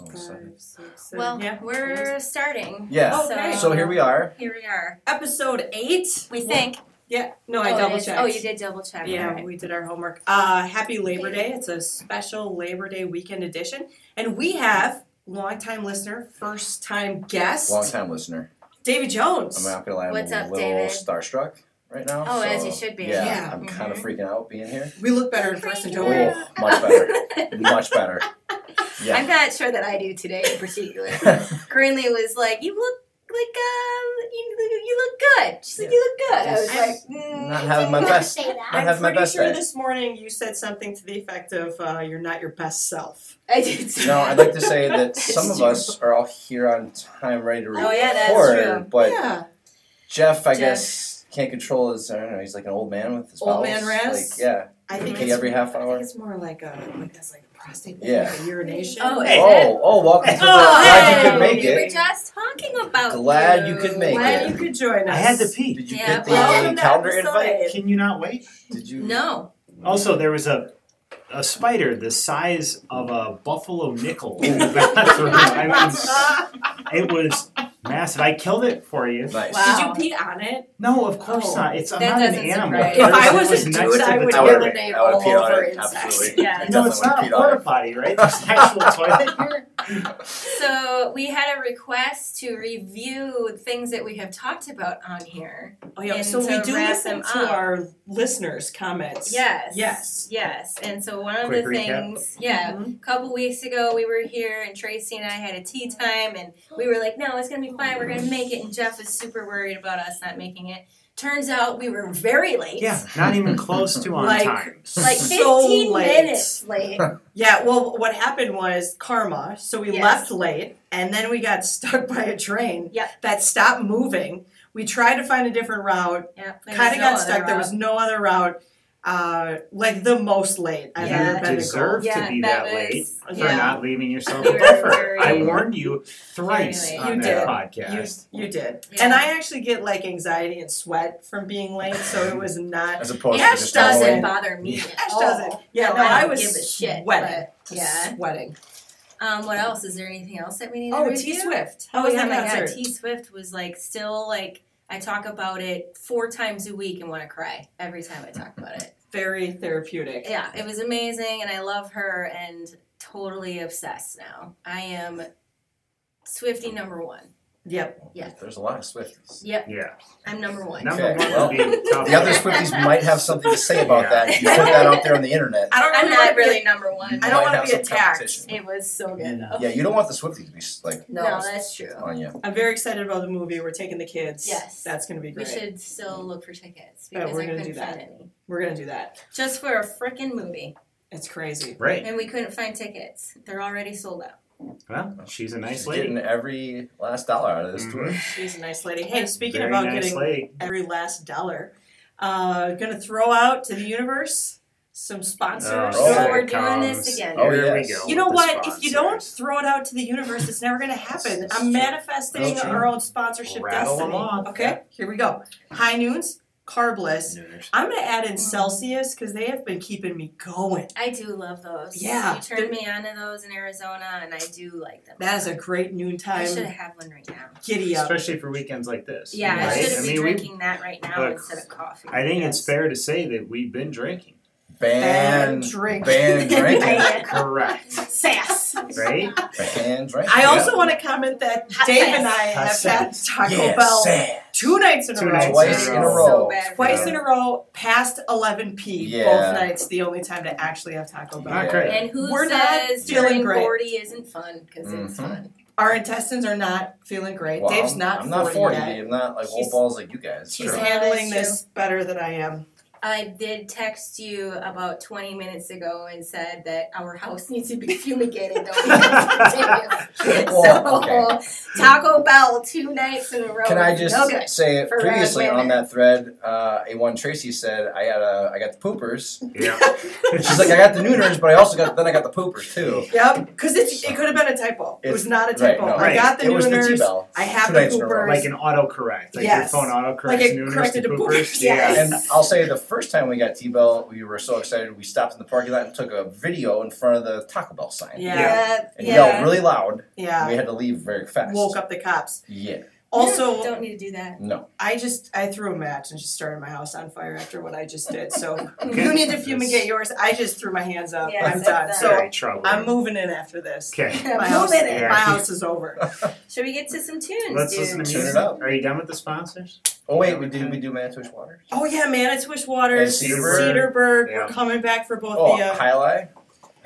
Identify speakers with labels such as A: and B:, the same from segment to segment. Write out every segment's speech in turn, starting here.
A: Uh,
B: almost seven.
A: Well,
C: yeah.
A: we're starting.
B: Yeah.
A: oh,
C: Okay.
B: So here we are.
A: Here we are.
C: Episode eight.
A: We think.
C: Yeah. No,
A: oh,
C: I
A: it
C: double
A: is-
C: checked.
A: Oh, you did double check.
C: Yeah,
A: Alright.
C: we did our homework. Uh, happy Labor Day. It's a special Labor Day weekend edition. And we have longtime listener, first time guest,
B: Long time listener.
C: David Jones.
B: I'm not gonna lie, I'm
A: What's
B: a
A: up,
B: little
A: David?
B: starstruck right now.
A: Oh,
B: so,
A: as you should be.
B: Yeah,
C: Yeah.
B: I'm kind of
A: Mhm.
B: freaking out being here.
C: we look better dressed and don't we?
B: Oh, much better. much better. Yeah.
A: I'm not sure that I do today in particular. Corinne was like, "You look like uh, you, you look good." She's like,
B: Yeah.
A: "You look good." I was
B: Just
A: like, mm,
B: not having my best.
A: Say that.
B: I
C: I'm
B: have my
C: pretty
B: best
C: sure
B: day.
C: this morning you said something to the effect of uh, "You're not your best self."
A: I did. Say
B: no, I'd
A: that.
B: like to say that some of
C: true.
B: us are all here on time, ready to record.
A: Oh, yeah, that's true.
B: But
C: yeah,
B: Jeff, I
A: Jeff.
B: guess, can't control his. I don't know. He's like an old man with his
C: Old
B: bowels.
C: man
B: Like,
C: Rez?
B: yeah.
C: I think
B: Pee
C: it's,
B: every half
C: I
B: hour.
C: think it's more like a like that's like a prostate,
B: Yeah.
C: like a urination.
A: Oh, is it?
B: Oh, oh, welcome to the.
C: Oh,
B: glad you could
C: hey!
B: make
A: We
B: it.
A: were just talking about.
B: Glad you could make
C: Glad
B: it.
C: you could join us.
D: I had to pee.
B: Did you
A: Yeah,
B: get the
A: welcome
B: uh,
C: to
B: calendar
C: episode
B: invite?
C: eight.
D: Can you not wait?
B: Did you?
A: No.
D: Also, there was a a spider the size of a buffalo nickel in the
B: Ooh.
D: bathroom. I mean, it was massive. I killed it for you.
B: Nice.
A: Wow.
C: Did you pee on it?
D: No, no, of course
C: Oh.
D: not. It's I'm
A: That
D: not an
A: doesn't
D: animal.
A: surprise
C: If
A: Or
C: I
D: It
C: was a
D: next to
C: dude,
D: the
C: I would
B: I
D: toilet.
B: would've-
C: urinate
B: I would've
C: all
B: peed on
C: over
B: it,
C: insects.
B: absolutely.
A: Yeah.
D: No, it's
B: Definitely
D: not a
B: peed on it.
D: porta potty, right? There's an actual toilet here.
A: So we had a request to review things that we have talked about on here.
C: Oh yeah,
A: And
C: so we
A: to
C: do
A: wrap
C: listen
A: them
C: to
A: up.
C: our listeners' comments.
A: Yes.
C: Yes.
A: Yes. And so one of
D: Quick
A: the
D: recap.
A: things, yeah,
C: Mhm.
A: a couple weeks ago we were here and Tracy and I had a tea time and we were like, no, it's gonna be fine. We're gonna make it. And Jeff was super worried about us not making it. Turns out we were very late.
D: Yeah, not even close to on
C: Like-
D: time.
A: Like
C: So
A: 15
C: late.
A: minutes late.
C: Yeah, well what happened was karma. So we
A: Yes.
C: left late and then we got stuck by a train
A: Yep.
C: that stopped moving. We tried to find a different route,
A: Yeah. there was
C: kind of
A: no
C: got
A: other
C: stuck. There
A: route.
C: was no other route. Uh, like the most late I've
A: Yeah.
C: ever
D: You
C: been
D: deserve
C: to
A: yeah,
D: to be
A: that,
D: that, late
A: was,
D: for
C: Yeah.
D: not leaving yourself
A: You
D: a
A: were
D: buffer.
A: very-
D: I warned you thrice
A: late.
D: on
C: You
D: that
C: did.
D: podcast.
C: go. You did.
A: Yeah.
C: And I actually get like anxiety and sweat from being late, so it was not
B: As opposed
C: Ash
B: to just
C: doesn't
B: following-
A: bother me.
D: Yeah.
A: at
C: Ash
A: all.
C: doesn't. Yeah,
A: No,
C: no,
A: I
C: I,
A: don't
C: was
A: give a shit,
C: sweating.
A: but, yeah.
C: Sweating.
A: Um, what else? Is there anything else that we need to
C: Oh,
A: review?
C: T Swift.
A: Oh yeah, my god, T Swift was like still like I talk about it four times a week and want to cry every time I talk about it.
C: Very therapeutic.
A: Yeah, it was amazing and I love her and totally obsessed now. I am Swifty number one.
C: Yep.
A: Yeah.
B: There's a lot of Swifties.
A: Yep,
D: Yeah.
A: I'm number one.
D: Number
B: Okay,
D: one
B: well,
D: would be tough.
B: The other Swifties might have something to say about
D: Yeah.
B: that. If you put that out there on the internet.
C: I don't
A: I'm
C: really
A: not
C: wanna
A: really
C: Get,
A: number one.
C: I
B: might
C: don't want
B: have
C: to be
B: some
C: attacked.
B: competition.
A: It was so good though.
B: Yeah, you don't want the Swifties to be s- like
C: No.
A: No, that's true.
B: on you.
C: I'm very excited about the movie. We're taking the kids.
A: Yes.
C: That's going to be
A: We
C: great.
A: should still look for tickets
C: Yeah,
A: because
C: we're
A: I
C: gonna
A: couldn't
C: do that.
A: find any.
C: We're going to do that.
A: Just for a freaking movie.
C: It's crazy.
D: Right.
A: And we couldn't find tickets. They're already sold out.
D: Well, she's a nice
B: She's
D: lady.
B: Getting every last dollar out of this
D: Mhm.
B: tour.
C: She's a nice lady. Hey, speaking
D: Very
C: about
D: nice
C: getting
D: lady.
C: every last dollar, uh, going to throw out to the universe some
D: Uh,
C: sponsors.
B: Oh,
A: So
B: here
A: we're
D: it
A: doing this
D: comes.
A: again.
B: Oh,
D: Here
B: yes.
D: we go.
C: You know
D: with the
C: what? If you don't
D: sponsors.
C: throw it out to the universe, it's never going to happen.
B: This is
C: I'm
B: true.
C: manifesting
B: This is
C: our own sponsorship
D: Rattle 'em
C: destiny.
D: off.
C: Okay, here we go. High noons, carbless. I'm going to add in Celsius because they have been keeping me going.
A: I do love those.
C: Yeah.
A: You turned me on to those in Arizona, and I do like them.
C: That is a great
A: I should
C: noontime
A: have one right now.
C: giddy up.
D: especially for weekends like this.
A: Yeah,
D: right?
A: I should be
D: mean, we-
A: drinking that right now
D: Look,
A: instead of coffee.
D: I think it's
C: Yes.
D: fair to say that we've been drinking.
B: Ban,
C: drink.
B: ban drinking.
A: Ban.
D: Correct.
C: Sass.
D: Right?
B: Ban drinking.
C: I also want to comment that
A: Hot
C: Dave
A: sass.
C: and I
D: Hot
C: have had
D: sass.
C: Taco
B: yeah,
C: Bell
B: sad.
C: two nights in
D: Two
C: a row.
D: nights in
B: Twice
D: a
B: in a
D: row.
B: row.
A: So bad.
C: Twice
B: Yeah.
C: in a row, past 11 p.
B: Yeah.
C: Both nights, the only time to actually have Taco Bell.
D: Not great.
A: And who
C: We're not
A: says
C: feeling
A: turning
C: great.
A: 40 isn't fun? Because it's
B: Mhm.
A: fun.
C: Our intestines are not feeling great.
B: Well,
C: Dave's
B: I'm,
C: not
B: I'm not 40.
C: yet.
B: I'm not like old
C: She's-
B: balls like you guys.
C: She's
B: True.
A: Yeah,
C: handling
A: that's
C: this better than I am.
A: I did text you about 20 minutes ago and said that our house needs to be fumigated, though.
B: Oh,
A: So Taco Bell two nights in a row.
B: Can I
C: Oh,
A: was
B: just
A: no good.
B: say
C: uh,
A: for
B: previously
A: women.
B: on that thread, uh, a one Tracy said I got a, I got the poopers.
E: Yeah.
B: She's like I got the nooners, but I also got then I got the poopers too.
C: Yep, because it could have been a typo. it was
B: It's-
C: not a
B: Right,
C: typo.
B: no,
C: I got the
B: it was the
C: nooners.
B: T-bell.
C: I have
B: Two
C: the
B: nights in a row.
C: poopers.
E: like an autocorrect. Like
C: Yes.
E: your phone autocorrects
C: Like it
E: nooners to
C: corrected a
E: poopers.
C: pooper. Yes.
B: And I'll say the first time we got T-Bell, we were so excited. We stopped in the parking lot and took a video in front of the Taco Bell sign.
C: Yeah.
A: Yeah.
B: And
A: yeah.
B: yelled really loud. and
C: yeah,
B: We had to leave very fast.
C: woke up the cops.
B: Yeah.
A: You
C: Also,
A: don't need to do that.
B: No.
C: I just I threw a match and just started my house on fire after what I just did. So
E: Okay.
C: you need to fumigate yours. I just threw my hands up.
A: Yeah,
C: I'm
A: that's
C: done.
A: that.
C: So
E: Very troubling.
C: I'm moving in after this.
E: okay.
C: My house,
A: Moving it.
C: my house is over.
A: Should we get to some tunes,
E: Let's
A: dude?
E: listen to
B: Turn
E: music.
B: it up.
E: Are you done with the sponsors?
B: Oh wait, we did we do Manitowish Water?
C: Oh yeah, Manitowish Waters,
B: And
E: Cedarburg.
C: Cedarburg. We're
E: Yeah.
C: coming back for both
B: Oh,
C: the. Uh,
B: Highlight,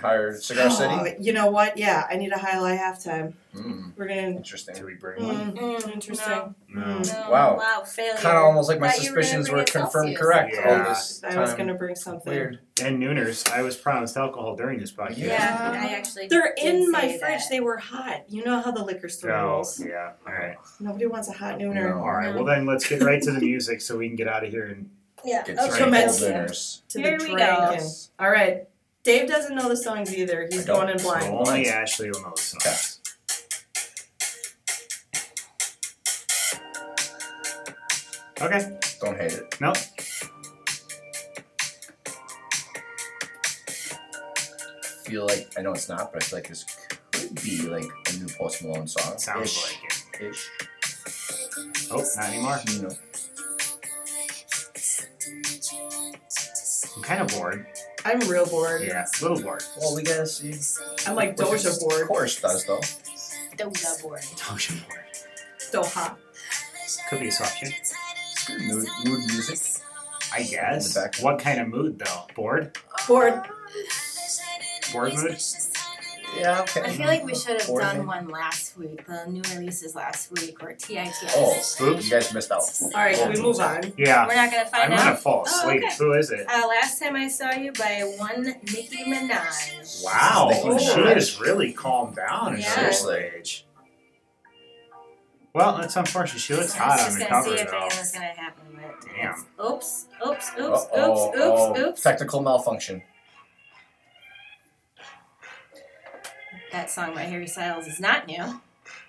B: Higher Cigar City.
C: oh, you know what? Yeah, I need a highlight halftime.
B: Mm,
C: We're gonna.
B: interesting.
E: Do we bring one?
C: Mm,
A: Mm,
C: interesting.
A: No,
E: No.
A: no,
B: Wow.
A: Oh, Wow. Failure.
B: Kind of almost like my
A: Thought you were
B: suspicions
A: gonna
B: were
A: bring a
B: confirmed
A: Celsius.
B: correct.
E: Yeah.
B: All this
C: I was
B: time.
C: gonna bring something.
B: Weird.
E: And Nooners. I was promised alcohol during this podcast.
A: Yeah, I actually.
C: They're
A: did
C: in my
A: say
C: fridge.
A: that.
C: They were hot. You know how the liquor store
E: So,
C: rolls.
E: yeah. All right.
C: Nobody wants a hot nooner.
B: No.
E: All right. Well, then let's get right to the music so we can get out of here. And
A: Yeah.
B: Get
C: Oh,
B: some
A: okay.
B: cold
C: Commence.
B: dinners.
C: To
A: Here
C: the
A: we
C: drink.
A: go.
C: and- All right. Dave doesn't know the songs either. He's
B: I don't.
C: going in blind.
B: So-
E: only Ashley will know the song.
B: Okay.
E: Okay.
B: Don't hate it.
E: Nope.
B: Feel like I know it's not, but I feel like this could be like a new Post Malone song.
E: Sounds
B: Ish.
E: like it.
B: Ish.
E: Oh, not anymore.
B: You know.
E: I'm kind of bored.
C: I'm real bored.
E: Yeah. A little bored.
B: Well, we gotta see.
C: I'm like
B: what
C: Doja
B: this
C: bored.
B: Chorus does though.
A: Doja board.
E: Don't you bored?
C: Doha.
E: Could be a soft tune.
B: It's good mood, mood music.
E: I guess.
B: In the back.
E: What kind of mood though? Bored?
C: Bored.
E: Bored mood?
B: Yeah. Okay.
A: I feel like we should have
B: Bored
A: done
B: mood.
A: one last week, the new releases last week, or TITS.
B: Oh,
E: Oops.
B: you guys missed out.
C: All right, can we move on?
E: Yeah.
A: We're not gonna
E: I'm
A: find out.
E: gonna fall
A: Oh,
E: asleep.
A: okay.
E: Who is it?
A: Uh, last time I saw you by one Nicki Minaj.
E: Wow,
B: Nicki
C: Minaj.
E: she has really calmed down in
A: Yeah.
E: her old age. Well, that's unfortunate. She
A: I was
E: looks hot on
A: just
E: the
A: gonna
E: cover
A: see if
E: though.
A: anything's gonna happen, but
E: Damn.
A: oops, oops, oops, oops,
B: Uh-oh,
A: oops,
B: oh,
A: oops.
B: Technical malfunction.
A: That song by Harry Styles is not new.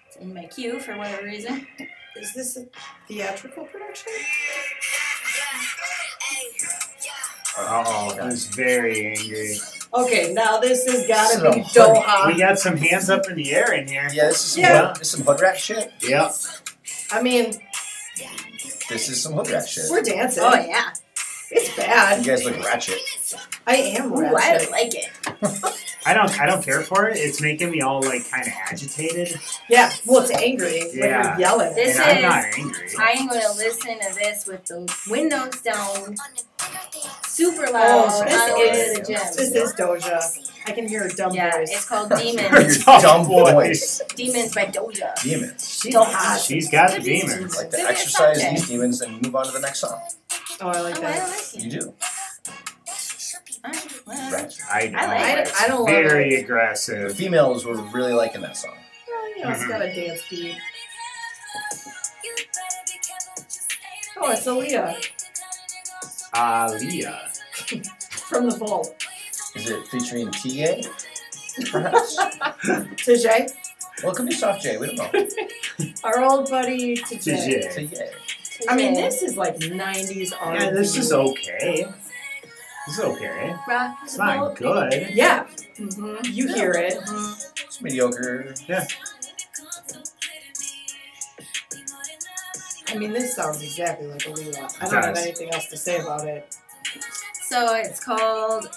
A: It's in my queue for whatever reason.
C: Is this a theatrical production?
E: Uh oh, I was very angry.
C: Okay, now this has gotta be
B: So-
E: We
C: Doha.
E: got some hands up in the air in here.
B: Yeah, this is some,
C: Yeah.
B: hood, this is some hood rat shit.
E: Yep.
C: I mean,
B: This is some hood rat shit.
C: we're dancing.
E: Oh,
B: Oh,
A: yeah,
C: It's
B: You
C: bad.
B: guys look ratchet.
C: I am
A: Ooh, I
C: ratchet.
A: don't like it.
E: I don't I don't care for it. It's making me all like kinda agitated.
C: Yeah, well, it's angry when
E: Yeah.
C: you're yelling.
A: This
E: and I'm
A: is-
E: not angry.
A: I am gonna listen to this with the windows down, super
C: Oh,
A: loud uh, on
C: this
A: the way to
B: is-
A: the gym.
C: This is Doja. I can hear a dumb
A: Yeah,
C: voice.
A: it's called
B: Your
A: Demons.
B: dumb voice.
A: Demons by Doja.
B: Demons.
C: She's
A: Doha.
C: hot.
E: She's got the
A: Could be
E: demons.
B: Like
A: Maybe
B: to
A: it's
B: exercise
A: okay.
B: these demons and move on to the next song.
C: Oh, I like
A: Oh, I
C: that.
A: like
B: You
A: it.
B: do.
A: Alright, well,
B: Ratchet.
E: I know.
A: I like
C: it.
E: it's
C: I don't love
E: very
C: it.
B: The
E: aggressive.
B: females were really liking that song.
C: Well, you know, it's
E: Mhm.
C: got a dance beat. Oh, it's Aaliyah
E: Aaliyah.
C: from The Vault.
B: Is it featuring TA? Perhaps.
C: Tajay,
B: well, it could be Soft J. We don't know.
C: our old buddy Tajay.
E: TJ.
B: TA.
C: I mean, this is like 90s R.
E: Yeah, this is okay. This is okay.
A: rock
E: It's not good.
C: Yeah,
A: Mm-hmm.
C: you hear it.
B: It's mediocre.
C: I mean, this sounds exactly like Aaliyah. I
E: It
C: don't have
E: does.
C: anything else to say about it.
A: So it's called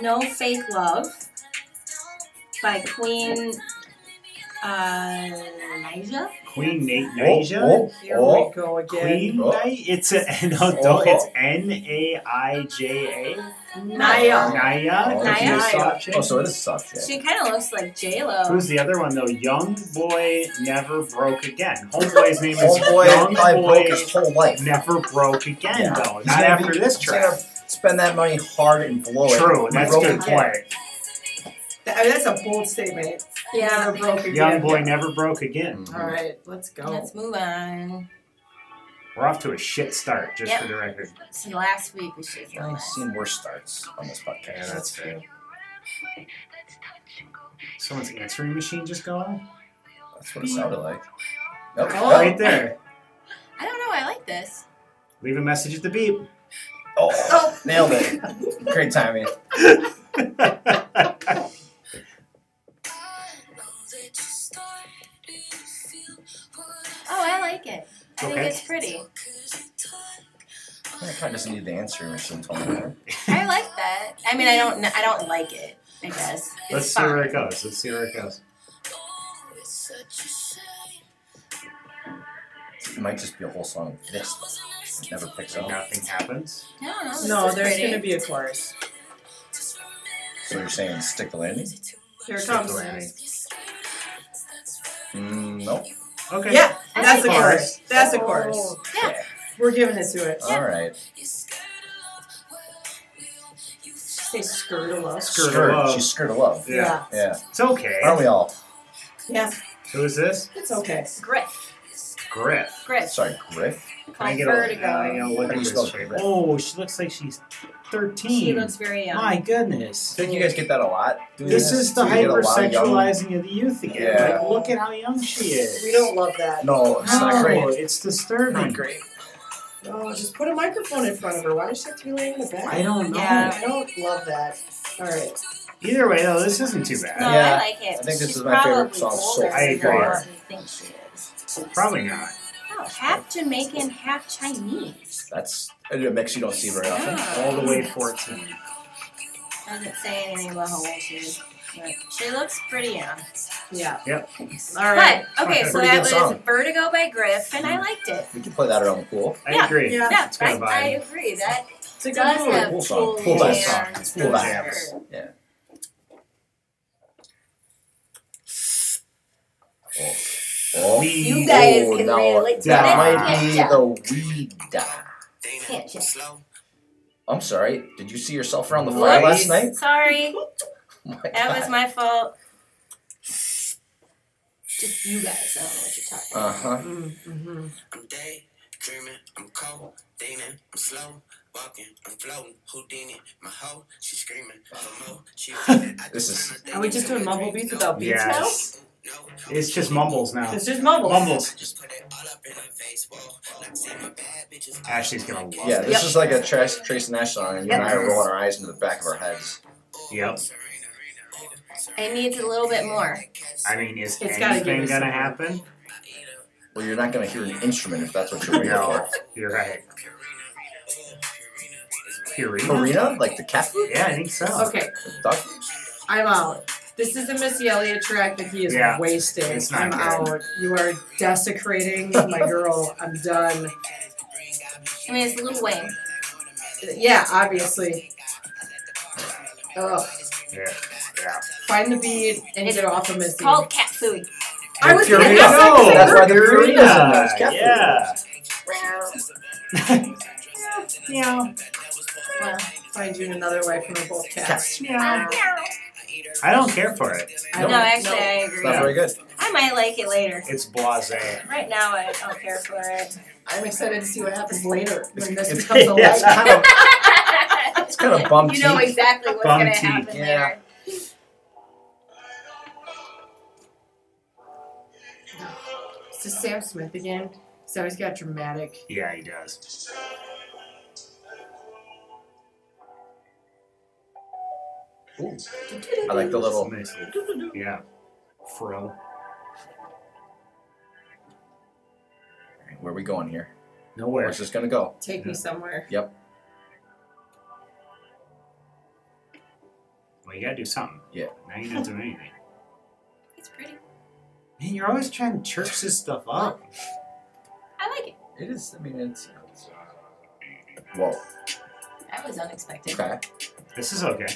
A: No Fake Love by Queen uh, Nyjah.
E: Queen Nate
B: Oh,
E: Nasia.
B: oh,
C: Here
B: oh.
C: we go again.
E: Queen
B: Oh.
E: Night? It's a no,
B: Oh.
E: don't- it's N A I J A.
A: Naya.
E: Naya.
A: Naya.
B: Oh, so it is Soft J.
A: She kind of looks like J Lo.
E: Who's the other one though? Young boy never broke again. Homeboy's name is
B: Oh boy,
E: Young
B: I broke
E: boy
B: his whole life.
E: never broke again
B: Yeah.
E: though. Not
B: He's gonna
E: after
B: be-
E: this
B: he's
E: track.
B: gonna Spend that money hard and blow it.
E: True.
B: He
E: That's
B: broke
E: good
B: again.
E: point.
C: Th- I mean, that's a bold statement. Never broke again.
E: Young boy never broke again.
C: All right, let's go.
A: Let's move on.
E: We're off to a shit start, just
A: Yep.
E: for the record.
A: So last week we should have
B: I've
A: done
B: seen worse starts on this podcast.
E: Yeah, that's fair.
F: That's
E: Someone's answering machine just go on?
B: That's what it sounded like. Nope.
C: Oh.
E: Right there.
A: I don't know. I like this.
E: Leave a message at the beep.
B: Oh,
C: Oh.
B: nailed it. Great timing.
A: Oh, I like it. I think
E: Okay.
A: it's pretty.
B: I probably doesn't need the answering machine tone there.
A: I like that. I mean, I don't. kn- I don't like it. I guess. It's
E: Let's see
A: fine.
E: where it goes. Let's see where it goes.
B: It might just be a whole song of this. It never picks up.
E: Nothing happens.
A: No, no. This
C: No,
A: is
C: there's
A: pretty.
C: going to be a chorus.
B: So you're saying stick the landing?
C: Here it comes.
B: Mm, nope.
E: Okay.
C: Yeah,
A: I
C: that's a
A: like it.
C: chorus. That's a chorus.
A: Oh, Yeah.
C: We're giving it to
E: Uh,
C: it.
B: All right.
C: Say skirt a love.
E: Skirt of love.
B: She's skirt of love.
E: Yeah.
B: Yeah.
E: It's okay.
B: Aren't we all?
C: Yeah,
E: Who is this?
C: it's okay.
A: Griff.
E: Griff.
A: Griff.
B: Sorry, Griff.
E: Can I
A: Called
E: get a,
A: Vertigo.
E: I gotta look
B: How do
E: at
B: you
E: this
B: spell
E: right-
B: Griff?
E: Oh, she looks like she's 13.
A: She looks very young.
E: My goodness.
B: I think you guys get that a lot. doing
E: This is the
B: Do you get a lot of young-
E: hypersexualizing of the youth again.
B: Yeah.
E: Like, look at how young she is.
C: We don't love that.
B: No, it's
E: No,
B: not great.
E: It's disturbing.
B: great.
C: Oh, just put a microphone in front of her. Why does she have to be laying in the back?
E: I don't know.
A: Yeah.
C: I don't love that. All right.
E: Either way, though, this isn't too bad.
A: No,
B: Yeah,
A: I like it.
B: I think this
A: She's
B: is my favorite
A: probably
B: song so
A: older
E: I
A: than
E: agree.
A: what we think she is.
E: Probably not.
A: Oh, half Jamaican, half Chinese.
B: That's a mix you don't see very often.
A: Oh.
E: All the way 14.
A: Doesn't say anything about how old she is. but She looks pretty young.
C: Yeah.
E: Yep.
C: All right.
A: But okay, so
B: Pretty
A: that
B: good
A: was
B: song. Hmm.
A: Vertigo by Griff, and I liked it.
B: We can play that around the pool.
E: I
A: Yeah.
E: agree.
C: Yeah.
A: Yeah,
E: It's
A: I,
E: got a
A: I
E: vibe.
A: agree. That
C: It's a
A: does
C: good
A: have
C: move.
B: Pool song.
A: cool
B: Pool
E: jams.
A: jams
E: It's
A: for
E: pool
A: sure.
E: jams.
B: Yeah. Oh. Oh.
E: We-
A: You guys
B: Oh,
A: can
B: now
A: relate to
B: that
E: this,
B: might be
A: can't
B: the weed.
A: Can't you?
B: I'm sorry. Did you see yourself around the fire
E: Right.
B: last night?
A: Sorry,
B: My
A: that was
B: God.
A: my fault. Just you guys. I don't know what you're talking about.
B: Uh-huh.
C: Mm-hmm.
G: I'm day dreaming, I'm cold, thinking, I'm slow, walking, I'm floating, Houdini, my hoe, she screaming for more, she feeling, I
B: This is-
G: just found out
C: Are we
G: that
C: just
G: you
C: doing
G: know
C: mumble
G: it,
C: beats
G: no,
C: without beats
E: Yes.
G: no,
E: It's just mumbles
C: now?
E: now.
C: It's just mumbles.
E: Mumbles.
G: Just put it all up in her face, whoa, like see my bad bitches.
E: Ashley's gonna love
B: Yeah, this
C: Yep.
B: is like a Trace, Trace Nash song, and you and I are rolling our eyes into the back of our heads.
E: Yep.
A: It needs a little bit more.
E: I mean, is
C: It's gotta give
E: anything
C: us
E: gonna
C: something.
E: happen?
B: Well, you're not going to hear an instrument if that's what you're waiting
E: No.
B: for.
E: You're right. Purina?
B: Karina? Like the cat food?
E: Yeah, I think so.
C: Okay,
B: The duck?
C: I'm out. This is a Missy Elliott track that he is
E: Yeah.
C: wasting.
E: It's
C: I'm
E: not
C: out. You are desecrating my girl. I'm done.
A: I mean, it's Lil Wayne.
C: Yeah, obviously. Ugh.
E: Yeah. Yeah.
C: Find the beat and
A: It's-
C: get off of Missy.
A: It's called cat food.
C: I was
B: Purina.
C: gonna
E: Purina.
C: ask that 'cause I
B: That's why
C: heard
B: the
C: it.
B: Purina is in those cat food.
E: Yeah.
C: Meow.
A: Well,
C: Find you another way from the both cats.
A: Oh,
E: Yeah. I don't care for it.
C: I
A: no,
C: don't-
A: actually,
C: no.
A: I
B: It's
A: agree.
B: not very good.
A: I might like it later.
E: It's blasé.
A: Right now, I don't care for it.
C: I'm excited to see what happens later when this
B: It's-
C: becomes a
E: yeah.
C: light.
B: Kind of, it's kind of bum
A: you know
B: cheek.
A: exactly what's
E: Bum
A: going to
E: cheek,
A: happen
B: yeah.
A: there.
C: It's just Sam Smith again. He's always got dramatic.
E: Yeah, he does.
B: I like the little.
E: Nice little- Yeah. Fro.
B: Where are we going here?
E: Nowhere.
B: Where's this going to go?
C: Take me somewhere.
E: Well, you gotta do something.
B: Yeah.
E: Now you're not doing anything.
A: It's pretty.
E: Man, you're always trying to church this stuff up.
A: I like it.
B: It is. I mean, it's. Whoa.
A: That was unexpected.
B: Okay.
E: This is okay.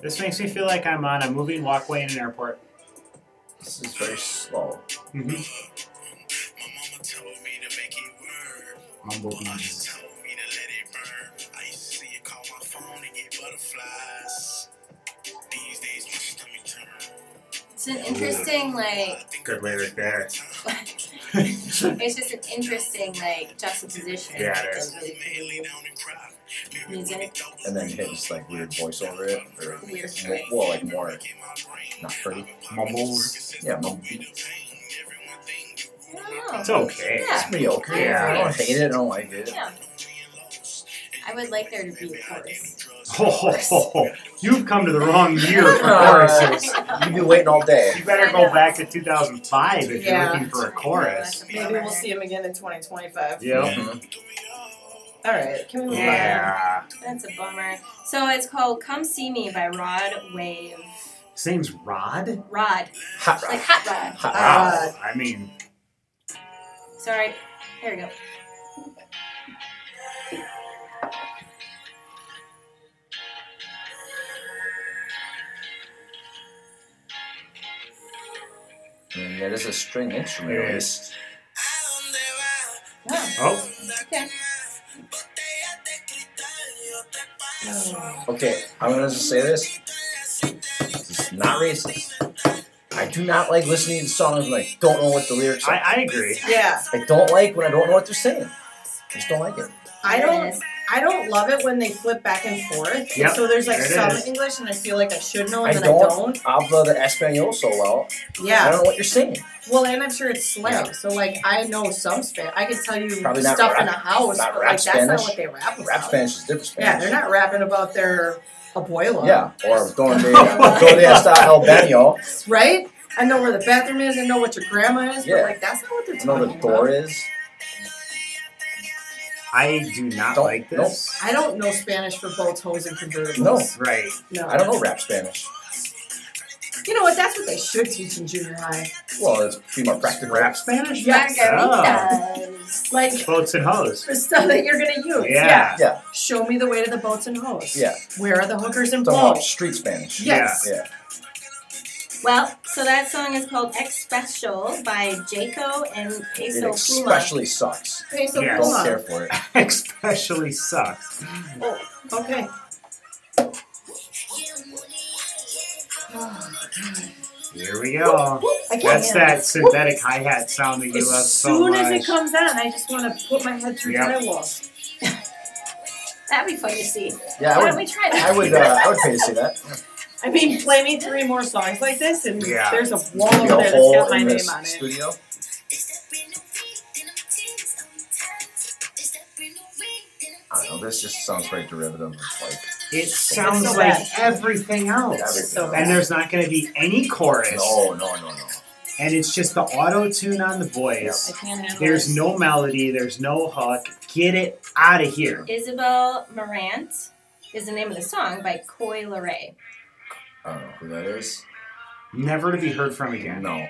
E: This makes me feel like I'm on a moving walkway in an airport.
B: This is very slow.
E: Mm-hmm. Mumble beats.
G: These days, my stomach turn.
A: It's an interesting like
G: Good lyric there.
A: it's just an interesting like juxtaposition.
G: Yeah, it
A: It's really cool. Music.
B: and then hit just like weird voice over it, or
A: Weird
B: well, like more not pretty
G: Mumbles.
B: Yeah, mumble.
A: I don't know.
E: It's okay.
B: It's
A: yeah.
B: mediocre.
A: Yeah.
B: I don't hate it. I don't like it.
A: Yeah. I would like there to be a chorus.
E: Ho, ho, ho, ho. You've come to the wrong year for choruses.
B: You've been waiting all day.
E: You better go back to 2005 if
C: Yeah.
E: you're looking for a chorus.
C: Maybe we'll see him again in 2025.
E: Yep.
B: Mhm.
C: All right. Can we move on?
G: Yeah.
A: That's a bummer. So it's called Come See Me by Rod Wave.
E: His name's Rod?
A: Rod.
B: Hot
A: Like
B: rock.
A: hot rod.
B: Hot rock.
E: Wow. I mean,
A: Sorry. There we go.
B: Mm, That is a string instrument.
E: It
B: at
E: is.
B: least.
A: Oh.
E: oh,
A: Okay.
B: Okay, I'm gonna just say this. It's not racist. I do not like listening to songs when I don't know what the lyrics
E: I,
B: are.
E: I agree.
C: Yeah.
B: I don't like when I don't know what they're saying. I just don't like it.
C: I
A: There it
C: don't.
A: is.
C: I don't love it when they flip back and forth.
E: Yep,
C: So there's like
E: there it
C: some
E: is.
C: English, and I feel like I should know, and
B: I
C: then I
B: don't
C: don't.
B: habla the español so well. I
C: Yeah.
B: don't know what you're saying.
C: Well, and I'm sure it's slang. So like, I know some Spanish. I could tell you
B: Probably not
C: stuff in a
B: rap-
C: house,
B: not
C: but
B: rap
C: like that's
B: Spanish.
C: not what they rap about.
B: Rap Spanish is different Spanish.
C: Yeah, they're not rapping about their abuela.
B: Yeah, or donde, donde está el baño?
C: Right? I know where the bathroom is. I know what your grandma is.
B: Yeah.
C: But like, that's not what they're
B: You
C: talking
B: know where the door
C: about.
B: is?
E: I do not
B: Don't-
E: like this.
C: I don't know Spanish for both hose and convertibles.
B: No,
E: Right.
C: No.
B: I don't know rap Spanish.
C: You know what? That's what they should teach in junior high.
B: Well, it's pretty much practical.
E: Rap Spanish?
C: Yes.
A: Margaritas.
C: Like
E: Boats and hoes.
C: the stuff that you're gonna use.
E: Yeah.
B: Yeah,
C: Show me the way to the boats and hoes.
B: yeah.
C: Where are the hookers and
B: Don't want
C: balls?
B: street Spanish.
C: Yes.
B: Yeah.
A: Well, so that song is called X Special by Jaco and
B: It
A: Peso Pluma.
B: especially sucks.
C: Peso
E: Yes.
B: Don't
C: Pluma.
B: care for it.
E: Especially sucks.
C: Okay.
E: Here we go.
C: I can't
E: That's
C: handle
E: that
C: it.
E: synthetic hi hat sound that you love
C: As
E: so
C: soon
E: much.
C: as it comes on, I just want to put my head through
E: Yep.
C: drywall.
A: That'd be fun to see.
B: Yeah,
A: Why
B: I would.
A: don't we try that?
B: I would. Uh, I would pay to see that.
C: I mean, play me three more songs like this, and
E: Yeah.
C: there's a
B: It's
C: wall
B: gonna be a
C: over there that's got
B: hole
C: my
B: in
C: name
B: this
C: on it.
B: studio. I don't know. This just sounds very derivative. It's like
E: It sounds
C: so
E: like
C: bad.
E: everything else.
B: everything.
C: so
B: else.
C: bad.
E: And there's not going to be any chorus.
B: no, no, no, no.
E: And it's just the auto tune on the voice.
C: I can't handle
E: There's
C: it.
E: no melody. There's no hook. Get it out of here.
A: Isabel Morant is the name of the song by Coy Leray.
B: I don't know who that is.
E: Never to be heard from again.
B: No.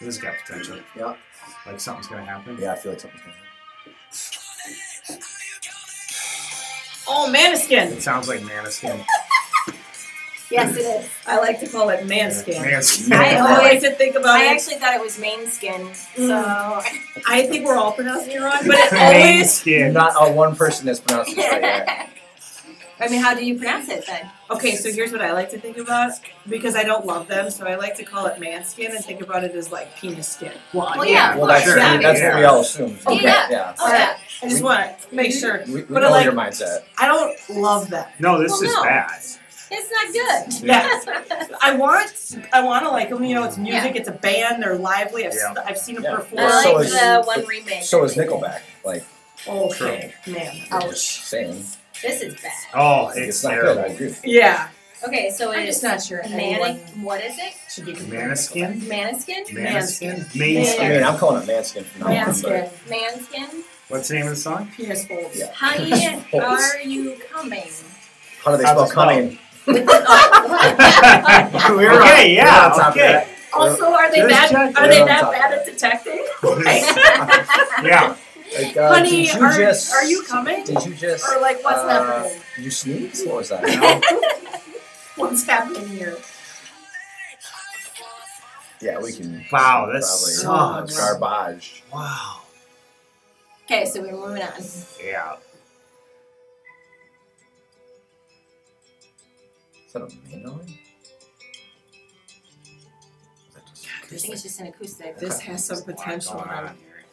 E: This has got potential.
B: Yeah.
E: Like something's going to happen.
B: Yeah, I feel like something's going
C: Oh, Maniskin.
E: It sounds like Maniskin.
A: Yes, it is.
C: I like to call it Manskin.
E: Manskin.
A: I
C: I
A: always-
C: always think about
A: I
C: it.
A: actually thought it was main skin. So
C: Mm. I think we're all pronouncing it wrong, but it always.
B: to
E: Manskin.
B: Not a one person that's pronounced this right yet.
C: Mm.
A: I mean, how do you pronounce it then?
C: Okay, so here's what I like to think about because I don't love them, so I like to call it man skin and think about it as like penis skin.
A: Well, yeah.
B: Uh, Well, that's,
E: Sure,
B: that's what
E: yeah.
B: we all assume.
A: Okay. Yeah.
B: yeah.
A: Oh, yeah.
C: I just want to make sure.
B: We, we
C: But I
B: know
C: like-
B: your mindset.
C: I don't love them.
E: No, this
A: Well,
E: is
A: no.
E: bad.
A: It's
C: Yeah,
A: not good.
C: I want, I want to like them. You know, it's music, it's a band, they're lively. I've,
E: Yeah.
C: I've seen them
B: Yeah.
C: perform.
B: Well,
A: I
B: so
A: like
B: is-
A: the one remake.
B: So is Nickelback. Like,
C: okay, man,
B: you're just
C: ouch.
B: saying.
A: This is bad.
E: Oh,
B: It's,
E: it's
B: not
E: terrible.
B: good. I agree. with
C: Yeah,
A: Okay, so
C: I'm
A: it
C: just
A: is
C: not sure.
A: manic.
C: Manic
A: What is it?
C: should be
E: Maniskin?
A: Maniskin?
E: Maniskin?
B: you. I mean,
E: Mainskin.
B: I'm calling it Manskin from now on.
C: Manskin,
B: but-
A: Manskin?
E: What's the name of the song?
C: penis folds.
B: Yeah.
A: Honey, are you coming?
B: How do they
E: How's
B: spell
E: it spelled?
B: coming?
E: okay,
B: We're on-
E: yeah,
B: we're on top of
E: okay.
B: that.
C: Also, are they
E: There's
C: that
E: Jack-
C: are they
B: Yeah,
C: that
B: I'm
C: bad
B: sorry.
C: at detecting?
E: Yeah.
B: Like, uh,
C: Honey,
B: did you
C: are,
B: just,
C: are you coming?
B: Did you just?
C: Or like, what's
B: uh,
C: happening?
B: Did you sneeze? What was that?
E: Oh,
C: What's happening here?
B: yeah, we can.
E: Wow, that
B: probably-
E: sucks.
B: Garbage.
E: Wow.
A: Okay, so we're moving on.
E: Yeah.
B: Is that a mandolin? That just-
A: I think it's just an acoustic.
C: This has
B: Oh
C: some potential.
D: going on
C: here.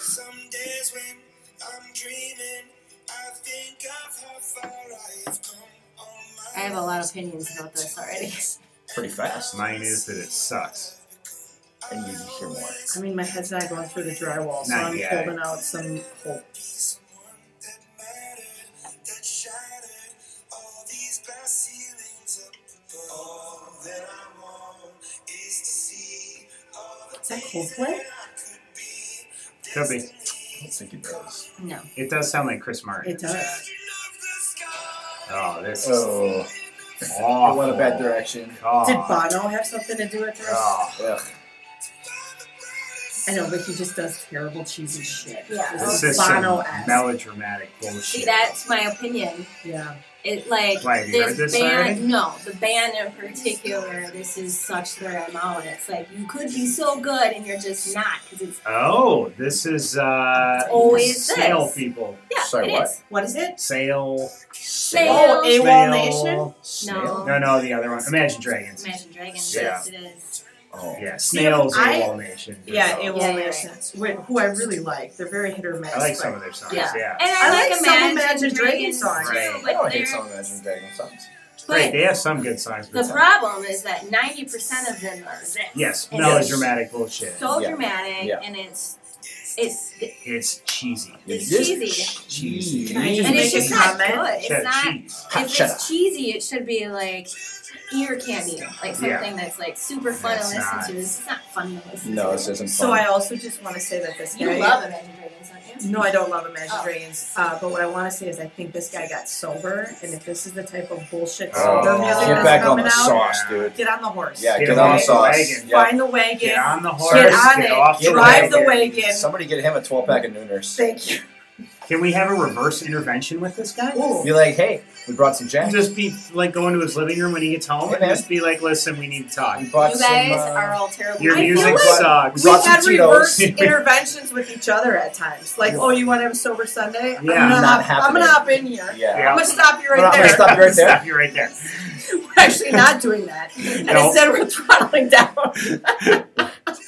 G: Some days when I'm dreaming, I think of how far I have come on my
A: I have a lot of opinions about this already.
B: Pretty fast.
E: Mine is that it sucks.
B: And you hear more.
C: I mean, my head's not going through the drywall, so
E: Not
C: I'm
E: yet.
C: holding out some hope.
G: someone that mattered, that shattered all these glass ceilings up above. All that I want is to see all the
C: Is that
G: things
C: Coldplay?
G: that I could be.
E: Could be.
B: I don't think it does.
A: No.
E: It does sound like Chris Martin.
C: It does.
G: Children of the sky.
E: Oh, this is
B: Oh, I
E: awful.
B: went a bad direction.
E: God.
C: Did Bono have something to do with this?
E: Oh,
B: Ugh.
C: I know, but he just does terrible cheesy shit.
A: Yeah.
E: this
C: This
E: is
C: is
E: some
C: Bono-esque.
E: melodramatic bullshit.
A: See, that's my opinion.
C: yeah.
A: It like
E: Why, have you
A: this,
E: heard this
A: band.
E: already?
A: No, the band in particular. This is such their MO. and It's like you could be so good and you're just not because it's
E: Oh, this is uh,
A: It's always
E: Snail
A: this.
E: people.
A: yeah.
B: Sorry,
A: it
B: what?
A: is.
C: What is it?
E: Sail.
C: Oh,
A: Snail.
C: AWOL
E: Snail.
C: Nation?
B: Snail?
E: No, no, the other one. Imagine Dragons.
A: Imagine Dragons.
E: Yeah.
A: Yes, it is.
B: Oh.
E: Yeah, Snails
C: I-
E: AWOL Nation. for
C: Yeah,
E: sure.
C: it will
A: Yeah, yeah,
C: make sense. Wh- Who I really like. They're very hit or miss.
E: I like
C: but-
E: some of their songs.
A: Yeah.
E: Yeah.
A: And I,
C: I like some
A: Imagine,
C: Imagine Dragons songs.
A: too,
E: Right.
B: I
A: but
B: don't
A: they're-
B: hate some Imagine Dragon songs.
E: Great.
A: but
E: They have some good songs. But
A: the problem is that 90% of them are this.
E: yes,
A: And
B: no,
A: it's
E: melodramatic bullshit.
A: so
B: Yeah.
A: dramatic
B: Yeah.
A: and it's it's
E: It's cheesy.
A: It's
B: This-
A: cheesy.
B: Cheesy.
C: Can I just
A: and it's
C: make a
A: just not
C: comment?
A: good. It's
E: Cheddar
A: not
E: cheese.
B: Hot
A: if
B: cheddar.
A: it's cheesy, it should be like ear candy, like something
E: Yeah.
A: that's like super fun
E: It's
A: to listen
E: not.
A: to. This is not fun to listen to.
B: No, this isn't fun.
C: So I also just want to say that this
A: you
C: guy.
A: love Imagine Dragons, don't you?
C: No, I don't love Imagine
A: Oh.
C: Dragons. Uh, but what I want to say is, I think this guy got sober, and if this is the type of bullshit
E: Oh.
C: sober music
B: Get
C: that's
B: back on
C: coming
B: the
C: out,
B: sauce, dude.
C: get on the horse.
B: Yeah,
E: Get
B: get,
E: on
B: on the
E: the
B: sauce.
E: wagon.
B: Yeah.
C: Find the wagon.
E: Get on the horse.
C: Get on it.
E: off the
C: Drive the
E: wagon.
C: wagon.
B: Somebody get him a 12 pack of Nooners.
C: Thank you.
E: Can we have a reverse intervention with this guy?
C: Ooh.
B: Be like, hey, we brought some Jack.
E: Just be like go into his living room when he gets home
B: Hey,
E: and
B: man.
E: just be like, listen, we need to talk.
B: We brought
A: you
B: some.
A: guys
B: uh,
A: are all terrible.
E: Your
C: I feel
E: music
C: like-
E: sucks.
C: We
B: Lots of
C: had
B: Tito's.
C: reverse interventions with each other at times. Like, oh, you want to have a sober Sunday? I'm
E: Yeah.
C: gonna
B: Not
C: hop, I'm gonna
B: happening.
C: hop in here.
B: yeah.
E: Yeah.
C: I'm gonna stop you
B: We're not
C: right
B: gonna
C: there.
B: stop you right there.
E: Stop you right there.
C: We're actually not doing that. And
E: No.
C: instead, we're throttling down.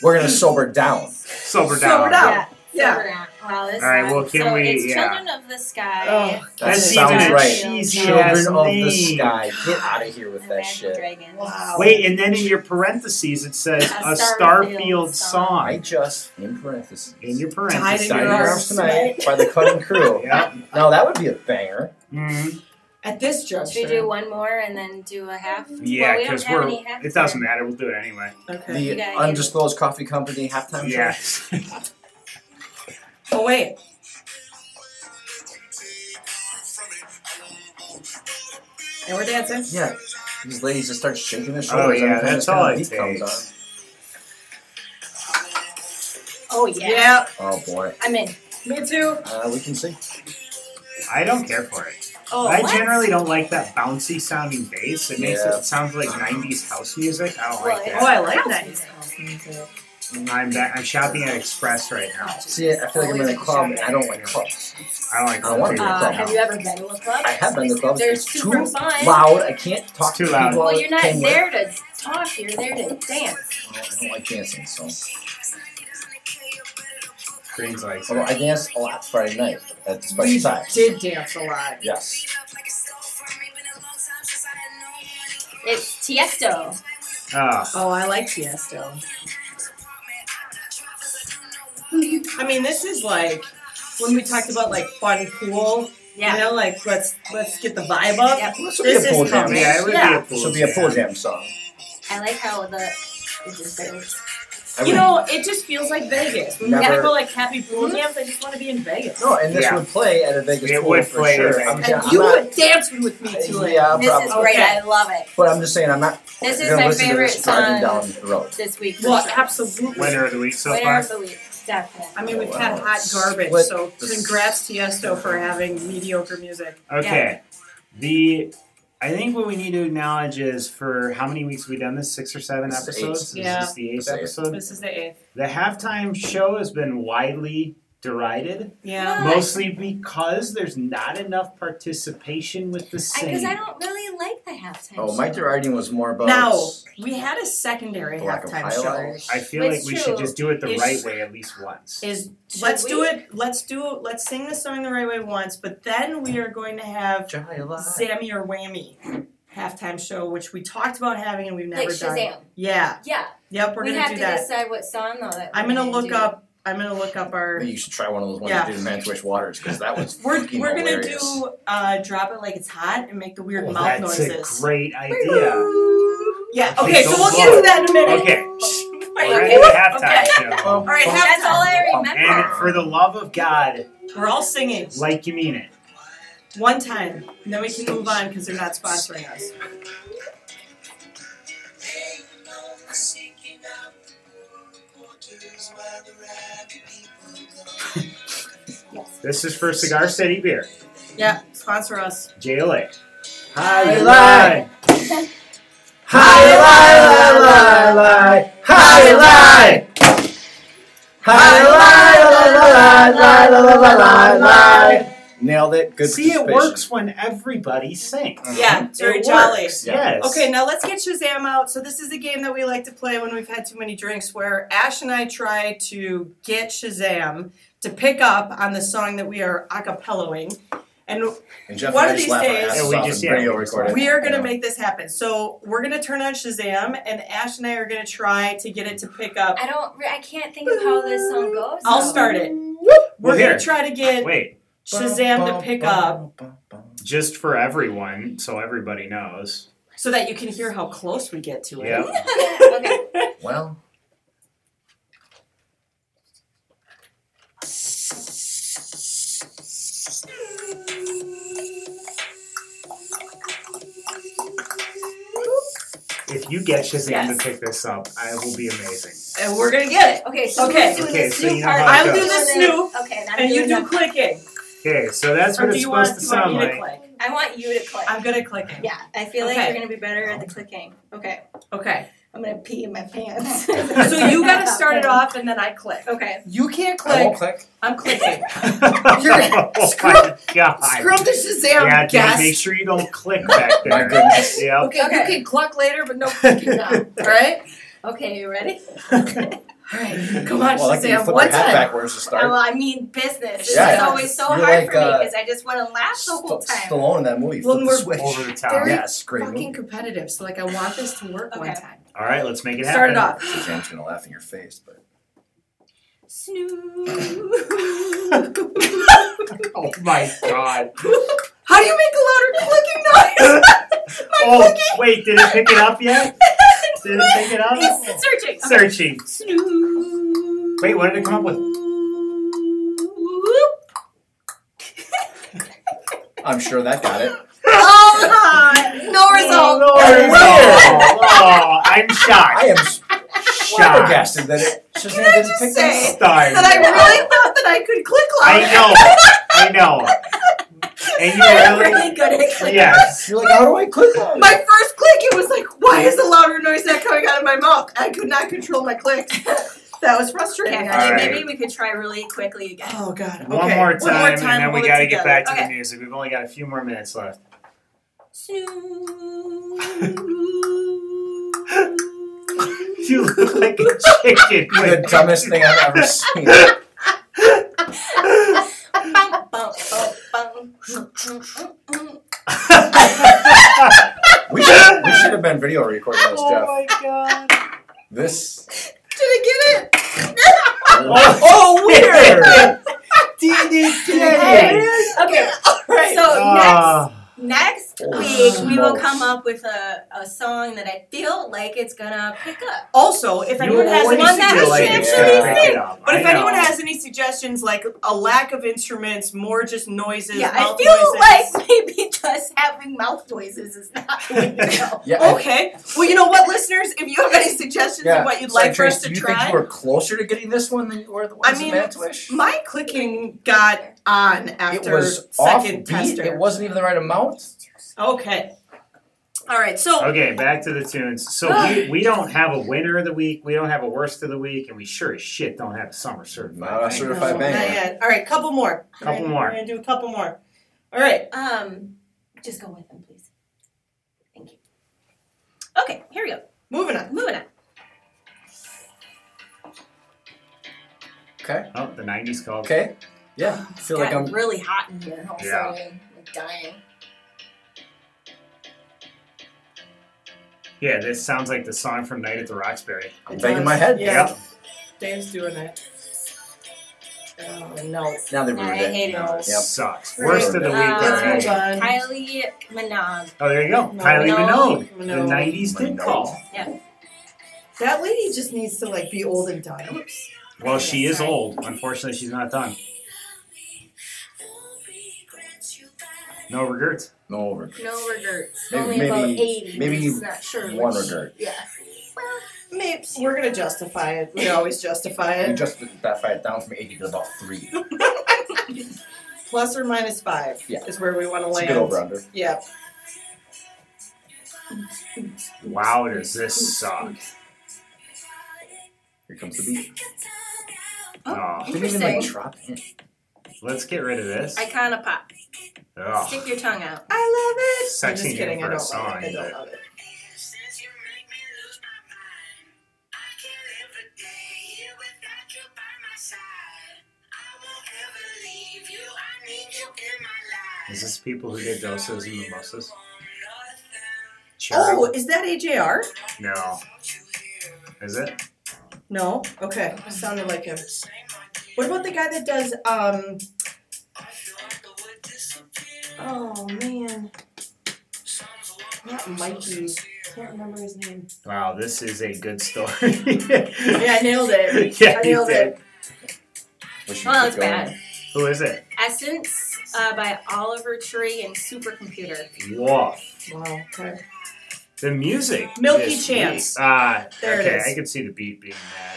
B: We're gonna sober down.
E: Sober down.
C: Sober down.
A: Yeah.
C: Yeah.
A: Yeah. Wow, this
E: All right,
A: sucks.
E: well, can
A: uh, so
E: we-
A: It's
E: yeah.
A: Children of the Sky.
C: Oh,
B: That
E: That's
B: sounds
E: even a
B: right.
E: cheesy
B: Children
E: ass
B: of
E: name.
B: the sky, get out of here with that
A: Imagine
B: shit.
A: Dragons.
C: Wow.
E: Wait, and then in your parentheses it says
A: A
E: a,
A: Starfield
E: Starfield,
A: song.
E: song.
B: I just, in parentheses,
E: In
C: Died
E: your
C: in
E: parentheses.
B: Died in your arms tonight by the cutting crew.
E: Yeah.
B: Now that would be a banger.
E: Mhm.
C: At this
A: Should
C: juncture.
A: we do one more and then do a half?
E: Yeah,
A: Well, we don't
E: because
A: have
E: we're.
A: any half
E: It doesn't matter. We'll do it anyway.
C: Okay.
B: The
A: Yeah, yeah.
B: undisclosed coffee company halftime
E: Yeah.
B: show.
C: Oh wait. And we're dancing.
B: Yeah, these ladies just start shaking their
E: Oh,
B: shoulders.
E: yeah,
B: every time this
E: that's
B: kind
E: all
B: of beat
E: it
B: comes
E: takes.
A: Oh yeah.
C: Yeah.
B: on. Oh boy,
A: I'm in.
C: Me too.
B: uh, we can see.
E: I don't care for it.
A: Oh,
E: I
A: what?
E: generally don't like that bouncy sounding bass. It makes
B: Yeah.
E: it, it sounds like 90s house music. I don't
A: Well,
E: like
A: it's-
C: Oh,
E: that.
C: I like that.
E: I'm back, I'm shopping at Express right now.
B: See, I feel like I'm in a club. and I don't like clubs.
E: I don't like
B: I wanna
E: that.
B: be in a club.
A: Uh, have you ever been to a club?
B: I have been to clubs.
A: They're
B: it's too
A: super fun.
B: loud. I can't talk
E: It's too
B: to
E: loud.
B: people.
A: Well, you're not
B: Can we-
A: there to talk. You're there to dance.
B: I don't like dancing, so.
E: Green's like
B: Although I danced a lot Friday night at the special time.
C: Did dance a lot.
B: Yes.
A: It's Tiesto.
E: Ah,
C: Oh, I like Tiesto. I mean, this is like when we talked about like fun, cool.
A: Yeah.
C: You know, like let's let's get the vibe up.
A: Yeah.
B: This would be
C: This
B: a pool
C: is
B: jam.
C: coming.
E: yeah, it would
A: Oh, Yeah.
E: be a pool
B: This would be a pool jam song.
A: I like how the it just goes.
B: I
C: You
B: would-
C: know, it just feels like Vegas. When
B: Never-
C: people like happy pool camps, they just want to be in Vegas.
B: No, and this
E: Yeah.
B: would play at a Vegas
E: It
B: pool
E: would
B: for
E: play at a
B: sure.
E: Vegas
B: I'm,
C: And
B: I'm
C: you
B: not,
C: would dance with me to uh, it.
B: yeah,
A: This is
B: probably.
A: great.
C: Okay.
A: I love it.
B: But I'm just saying, I'm not
A: This is
B: gonna
A: my
B: listen
A: favorite
B: to this driving
A: song
B: down the road.
A: this week. for
C: Well,
A: sure.
C: absolutely.
E: Winner of the week so
A: Winner
E: far.
A: of the week, definitely.
C: I mean, we've had hot garbage,
B: Split
C: so
B: the-
C: congrats Tiesto for having mediocre music.
E: Okay. The I think what we need to acknowledge is for how many weeks have we done this? Six or seven
B: This is
E: episodes?
B: eight.
E: This is the eighth
B: This is eight.
E: episode.
C: This is the eighth.
E: The halftime show has been widely derided,
C: Yeah.
A: No, I-
E: mostly because there's not enough participation with the
A: Because
E: singing.
A: I, don't really like the halftime.
B: Oh, my
A: show.
B: deriding was more about.
C: Now we had a secondary
B: The lack of
C: halftime show.
B: highlights.
E: I feel
A: It's
E: like we
A: true.
E: should just do it the
C: It's-
E: right way at least once.
C: Is
A: Should
C: let's do
A: we?
C: it. Let's do. Let's sing the song the right way once, but then we are going to have
B: Jai
C: Sammy or Whammy halftime show, which we talked about having and we've never
A: like
C: done.
A: Shazam.
C: Yeah.
A: Yeah,
C: Yep. We're
A: we
C: gonna
A: have
C: do
A: to
C: that.
A: decide what song though. That
C: I'm
A: we're
C: gonna look
A: do.
C: up. I'm gonna look up our.
B: You should try one of those ones
C: Yeah.
B: that did in Manchurich Waters because that was
C: We're
B: freaking
C: we're gonna
B: hilarious.
C: do uh, drop it like it's hot and make the weird
E: Well,
C: mouth
E: Oh, that's
C: noises.
E: a great idea.
C: yeah.
E: Okay,
C: Okay. So
E: so
C: we'll get to
E: look.
C: that in a minute.
E: Okay,
C: Wait,
E: we're at
C: wait,
E: the halftime show.
B: All
C: All right.
A: That's all
C: Halftime.
A: I
E: And
A: remember.
E: for the love of God,
C: We're all singing
E: like you mean it.
C: one time, and then we can move on because they're not sponsoring us.
E: This is for Cigar City Beer,
C: Yeah. Sponsor us.
E: JLA.
B: High
E: lie,
B: High lie, lie, lie, lie. High lie. High lie, lie, lie, lie, lie, lie, lie, lie. Nailed it. Good
E: See, it
B: participation.
E: works when everybody sings.
B: Mhm.
C: Yeah. It's very
E: It
C: jolly.
E: works,
B: Yeah.
E: Yes.
C: Okay, now let's get Shazam out. So this is a game that we like to play when we've had too many drinks, where Ash and I try to get Shazam to pick up on the song that we are acapelloing, and
B: And Jeff
C: One
B: and I
C: of
B: just
C: these
B: laugh our
C: days-
B: asses
E: Yeah, we
B: off
E: just-
B: and
E: yeah,
B: video
E: we just
B: record it.
C: we are going
B: Yeah.
C: to make this happen. So we're going to turn on Shazam, and Ash and I are going to try to get it to pick up.
A: I don't. re- I can't think of how this song goes.
C: I'll
A: though.
C: start it. We're
E: Well,
C: going
E: here.
C: to try to get
E: Wait,
C: Shazam to pick up
E: just for everyone, so everybody knows.
C: so that you can hear how close we get to it.
E: Yep.
A: okay.
B: Well,
E: If you get Shazam
C: Yes.
E: to pick this up, I will be amazing.
C: And we're going to get it.
A: Okay. So
C: Okay.
A: we're doing
E: Okay,
A: the
E: so
A: Snoop
E: you know
A: part.
E: how it
C: I'll do goes. the
A: Okay,
C: Snoop,
A: Okay. I'm
C: And you
A: doing
C: do
A: the-
C: clicking.
E: Okay, so that's
C: Or
E: what
C: do
E: it's
C: you want,
E: supposed
C: do
E: to
C: you want
E: sound
C: me to
E: like.
C: click?
A: I want you to click.
C: I'm good at clicking.
A: yeah. I feel like
C: Um, Okay.
A: you're gonna be better at the clicking. Okay.
C: Okay.
A: I'm gonna pee in my pants.
C: So you gotta start it off and then I click.
A: Okay.
C: You can't
B: I won't
C: click.
B: click.
C: I'm clicking.
E: oh my
C: screw-
E: God.
C: Screw up the Shazam
E: yeah, Dan,
C: guest.
E: make sure you don't click back
B: My
E: there.
B: goodness.
E: Yep.
C: Okay, you
A: Okay.
C: can cluck later, but no clicking now. Alright?
A: Okay. You ready?
C: Alright. Come on,
B: well, I can
C: Shazam.
B: flip my
C: One
B: head
C: time.
B: backwards to start.
A: Well, I mean business. This
B: Yeah.
A: is always so
B: You're
A: hard
B: like,
A: for me
B: uh,
A: because I just want to laugh the whole
B: St-
A: time.
B: Stallone in that movie.
C: Well,
B: Flip the
C: we're
B: switch.
E: Over the top.
C: Very
B: yes, great
C: Fucking
B: movie.
C: competitive. So like I want this to work one
A: Okay.
C: time.
E: All right, let's make it happen.
C: Start it off.
B: Shazam's gonna laugh in your face, but
C: Snoop.
E: Oh my God.
C: How do you make a louder clicking noise?
E: oh, wait, did it pick it up yet? Did it pick it up?
C: He's searching.
E: Searching.
C: Snoop.
E: Wait, what did it come up with?
B: I'm sure that got it.
C: Oh, no
E: Oh,
C: result.
E: Lord. Oh, oh, I'm
B: I
E: shocked.
B: am s-
E: Shocked.
B: flabbergasted that it Shazam
C: Can I
B: didn't
C: just
B: pick
C: say-
B: this up.
E: Starved.
C: that I really thought that I could click
E: I
C: like.
E: know. I know. And you
C: I'm
E: really-
C: really good at clicking.
E: Yes.
B: You're like, how do I click on
C: My first click, it was like, why is the louder noise not coming out of my mouth? I could not control my clicks. That was frustrating.
A: Okay,
E: All right.
A: maybe we could try really quickly again.
C: Oh God. Okay.
E: One more time, and then we
C: hold it
E: got to get
C: together.
E: back to
C: okay.
E: the music. We've only got a few more minutes left.
C: Oh.
E: You look like a chicken.
B: You're the dumbest thing I've ever seen.
A: Bum, bum, bum, bum.
B: We should, we should have been video recording this,
E: Oh
B: Jeff.
E: my god.
B: This.
C: Did I get it?
B: Oh,
E: Oh,
B: weird.
A: Okay,
C: Right.
A: so
E: Ah.
A: next next
B: Holy
A: week we will
B: smokes.
A: come up with a, a song that I feel like it's gonna pick up.
C: Also, if
E: You
C: anyone has
E: always
C: one
E: feel
C: that
E: like
C: I
E: it's
B: should
C: actually
E: gonna pick
C: sing.
E: it up.
C: But
E: I
C: if anyone
E: know.
C: has any suggestions, like a lack of instruments, more just noises,
A: Yeah, I
C: mouth
A: feel
C: noises.
A: like maybe just having mouth noises is not.
B: Yeah. I-
C: Okay. Well, you know what, listeners? If you have any suggestions
B: yeah.
C: of what you'd
B: Sorry,
C: like for
B: Trace,
C: us to
B: do you
C: try,
B: think you were closer to getting this one than you were the
C: I
B: ones
C: mean,
B: in Mantuish?
C: my clicking got on after
B: it was
C: second
B: offbeat.
C: tester.
B: It wasn't even the right amount.
C: okay. All right, so
E: Okay, back to the tunes. So we, we don't have a winner of the week, we don't have a worst of the week, and we sure as shit don't have a summer certified.
B: Not a
E: banger.
B: certified
C: not
B: banger.
C: yet. All right, couple more.
E: Couple
C: We're gonna-
E: more.
C: We're gonna do a couple more. All right.
A: Um, just go with them, please. Thank you. Okay, here we go.
C: Moving on.
A: Moving on.
B: Okay.
E: Oh, the nineties called.
B: Okay.
C: Oh,
B: Yeah. I feel like
A: Gotten
B: I'm.
A: really hot in here. All of a
E: Yeah.
A: sudden, I'm dying.
E: Yeah, this sounds like the song from Night at the Roxbury.
B: I'm
C: It
B: banging
C: does.
B: my head.
C: Yeah. Dave's doing it. Oh no.
B: Now they ruined
A: No, I
B: it.
A: hate it.
E: No, it
B: Yep.
E: sucks.
C: Right. Uh,
E: Worst of the
A: Um,
E: week
C: Let's
E: already.
C: move on.
A: Kylie Minogue.
E: Oh, there you go.
C: No.
E: Kylie
A: No.
E: Minogue. The nineties did
B: Minogue.
E: call.
C: That lady just needs to like be old and done. Oops.
E: Well, she is
A: Sorry.
E: old. Unfortunately, she's not done. No regrets.
B: No over.
A: No regrets.
B: Maybe-
A: Only
B: maybe-
A: about 80.
B: maybe
A: but it's not sure
B: One
A: which-
B: regret.
A: Yeah.
C: Maybe we're gonna justify it. We always justify
B: You
C: it.
B: just justify it down from 80 to about 3.
C: Plus or minus five
B: Yeah.
C: is where we want to
B: It's a
C: land.
B: good over under.
C: Yeah.
E: Wow, does this suck?
B: Here comes the beat.
E: Oh,
B: Didn't even like
A: Interesting.
B: drop in.
E: let's get rid of this.
A: Icona pop.
E: Oh,
A: Stick your tongue out.
C: I love it. I'm
E: Sexy
C: just
E: name
C: kidding.
E: for
C: I
E: a
C: don't love
E: song,
C: it. I don't
E: but-
C: love it.
E: is this people who did doses and mimosas? Sure.
C: Oh, is that AJR?
E: No. Is it?
C: No. Okay. Sounded like him. What about the guy that does um?
A: Ah.
C: Oh man. Not Mikey. Can't remember his name.
E: Wow, this is a good story.
C: Yeah, I nailed it.
E: Yeah,
C: I
E: you
C: nailed
E: did.
C: it.
B: Wish you
A: Well,
B: could
A: it's
B: go in.
A: bad.
E: Who is it?
A: Essence uh, by Oliver Tree and Supercomputer.
E: Woof.
C: Wow. Okay.
E: The music.
C: Milky
E: this
C: Chance.
E: week. Ah,
C: There it
E: okay.
C: is.
E: I can see the beat being that.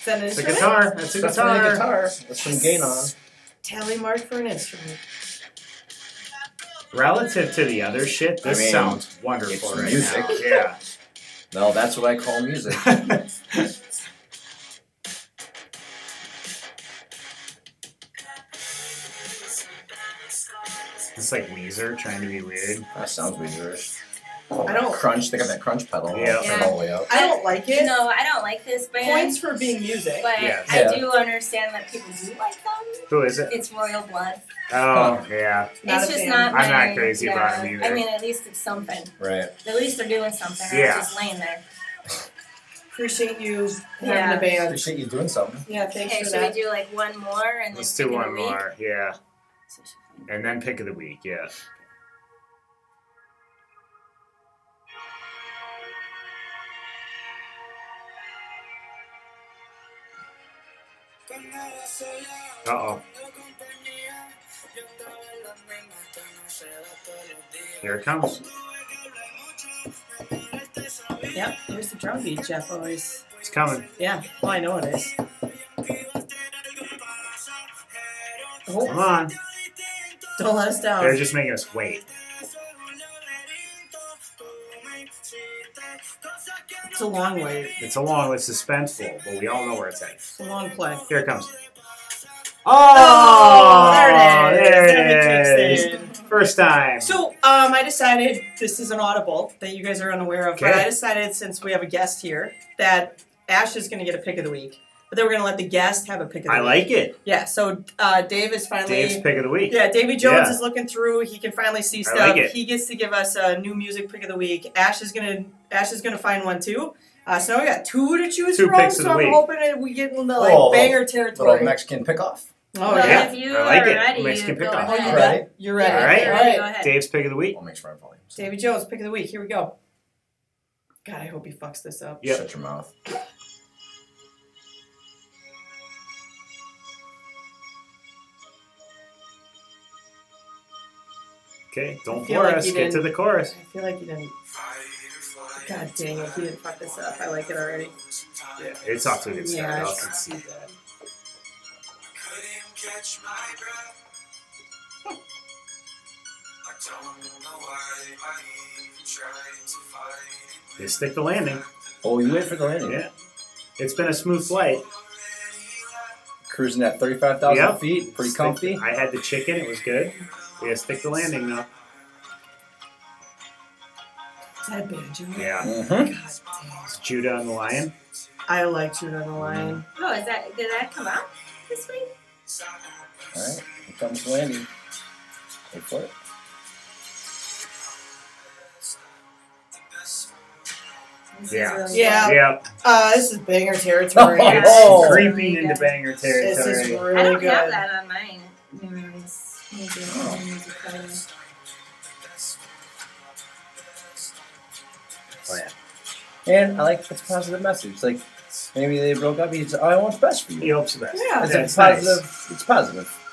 C: Is that an
E: It's a
C: instrument?
E: guitar. It's a
B: That's not a
E: guitar.
B: guitar. That's some gain on.
C: Tally mark for an instrument.
E: Relative to the other shit, this
B: I mean,
E: sounds wonderful
B: it's
E: right
B: music.
E: now. Yeah.
B: No, that's what I call music.
E: It's like Weezer trying to be weird.
B: That sounds weird.
C: I don't-
B: crunch. They got that crunch pedal.
E: Yeah.
B: Turn all the way up.
C: I don't like it.
A: No, I don't like this band,
C: Points for being music.
A: but
E: Yeah.
A: I
B: Yeah.
A: do understand that people do like them.
E: Who is it?
A: It's Royal Blood.
E: Oh, yeah.
C: Not
A: it's
C: a
A: just
C: fan.
A: not.
E: I'm
A: my-
E: not crazy
A: yeah.
E: about 'em either.
A: I mean, at least it's something.
B: Right.
A: At least they're doing something. They're
E: Yeah.
A: not just laying there.
C: Appreciate you having
A: Yeah.
C: a band.
B: Appreciate you doing something.
C: Yeah, thanks
A: Okay,
C: for
A: should
C: that.
A: we do like one more and
E: Let's
A: then
E: do
A: pick
E: one
A: a week?
E: more. Yeah. And then pick of the week. Yeah. Uh oh. Here it comes.
C: Yep, there's the drum beat Jeff always.
E: It's coming.
C: Yeah, well, I know it is. Oh,
E: Come on.
C: don't let us down.
E: They're just making us wait.
C: It's a long way.
E: It's a long, it's suspenseful, but we all know where it's at.
C: It's a long play.
E: Here it comes. Oh,
C: Oh, there it is.
E: there it
C: Everybody
E: is.
C: kicks in.
E: First time.
C: So, um, I decided this is an audible that you guys are unaware of, but
E: Okay.
C: I decided since we have a guest here that Ash is going to get a pick of the week, but then we're going to let the guest have a pick of the
E: I
C: week.
E: like it.
C: Yeah. So, uh, Dave is finally.
E: Dave's pick of the week.
C: yeah, Davy Jones
E: Yeah.
C: is looking through. He can finally see
E: I like
C: stuff.
E: it.
C: He gets to give us a new music pick of the week. Ash is gonna Ash is gonna find one too. Uh, so now we got two to choose
E: Two
C: from.
E: picks
C: so
E: of the
C: I'm
E: week.
C: hoping that we get into like
B: Oh,
C: banger
B: Little
C: territory.
B: Mexican pickoff.
C: oh
A: well,
E: yeah.
A: if you
E: I like
A: are
E: it.
A: ready,
E: Mexican
A: go
E: pickup.
A: ahead.
B: Right.
C: You're
A: Yeah,
C: ready.
E: All right.
A: if you're
C: All
A: ready,
C: right.
A: go ahead.
E: Dave's pick of the week.
B: I'll make sure my volume's.
C: Davy Jones, pick of the week. Here we go. God, I hope he fucks this up.
E: Yep.
B: Shut your mouth.
E: Okay, don't
C: I feel
E: floor
C: like
E: us.
C: you
E: Get to
C: didn't-
E: the chorus.
C: I feel like he didn't. God dang it, he didn't fuck this up. I like it already.
E: Yeah, it's off to a good start.
C: Yeah.
E: I can see that.
G: Couldn't catch my breath. Don't know why I even tried to fight it.
E: They stick the landing.
B: Oh, you went for the landing.
E: Yeah. It's been a smooth flight.
B: Cruising at 35,000
E: Yep.
B: feet. Pretty
E: Stick-
B: comfy.
E: I had the chicken. It was good. We had to stick the landing though.
C: Is that banjo?
E: Yeah.
B: Mhm.
C: God damn.
E: It's Judah and the lion.
C: I like Judah and the Lion.
A: Oh, is that did that come out this week?
B: All right. Here comes the landing. Wait for it.
A: This is
E: Yeah.
A: really
C: Yeah.
E: Yep.
C: Uh, this is banger territory.
B: Oh.
E: It's
B: Oh.
E: creeping into banger
C: This is
E: territory.
A: good. I
C: really
A: don't have
C: good.
A: that on mine. Memories. Maybe
B: Oh.
A: oh. music player.
B: And I like it's a positive message. Like maybe they broke up. He's I want the best for
E: He
B: you.
E: hopes the best.
C: Yeah.
B: It's
E: That's
B: a positive.
E: nice.
B: It's positive.